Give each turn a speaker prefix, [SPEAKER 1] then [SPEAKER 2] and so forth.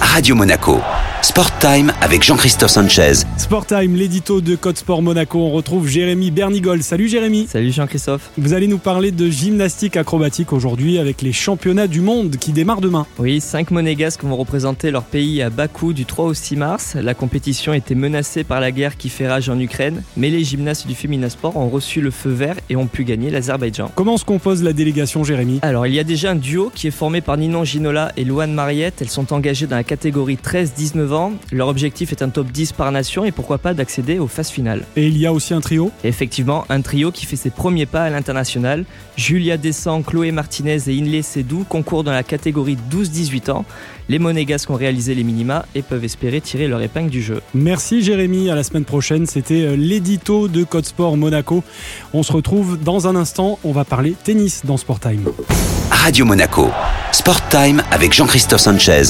[SPEAKER 1] Radio Monaco. Sport Time avec Jean-Christophe Sanchez.
[SPEAKER 2] Sport Time, l'édito de Code Sport Monaco. On retrouve Jérémy Bernigol. Salut Jérémy.
[SPEAKER 3] Salut Jean-Christophe.
[SPEAKER 2] Vous allez nous parler de gymnastique acrobatique aujourd'hui avec les championnats du monde qui démarrent demain.
[SPEAKER 3] Oui, cinq monégasques vont représenter leur pays à Bakou du 3 au 6 mars. La compétition était menacée par la guerre qui fait rage en Ukraine, mais les gymnastes du Féminasport ont reçu le feu vert et ont pu gagner l'Azerbaïdjan.
[SPEAKER 2] Comment se compose la délégation Jérémy
[SPEAKER 3] Alors, il y a déjà un duo qui est formé par Ninon Ginola et Louane Mariette. Elles sont engagées dans la catégorie 13-19 ans. Leur objectif est un top 10 par nation et pourquoi pas d'accéder aux phases finales.
[SPEAKER 2] Et il y a aussi un trio
[SPEAKER 3] Et effectivement, un trio qui fait ses premiers pas à l'international. Julia Descent, Chloé Martinez et Inley Sédou concourent dans la catégorie 12-18 ans. Les monégasques ont réalisé les minima et peuvent espérer tirer leur épingle du jeu.
[SPEAKER 2] Merci Jérémy, à la semaine prochaine. C'était euh, l'édito de Code Sport Monaco. On se retrouve dans un instant. On va parler tennis dans Sport Time.
[SPEAKER 1] Radio Monaco. Sport Time avec Jean-Christophe Sanchez.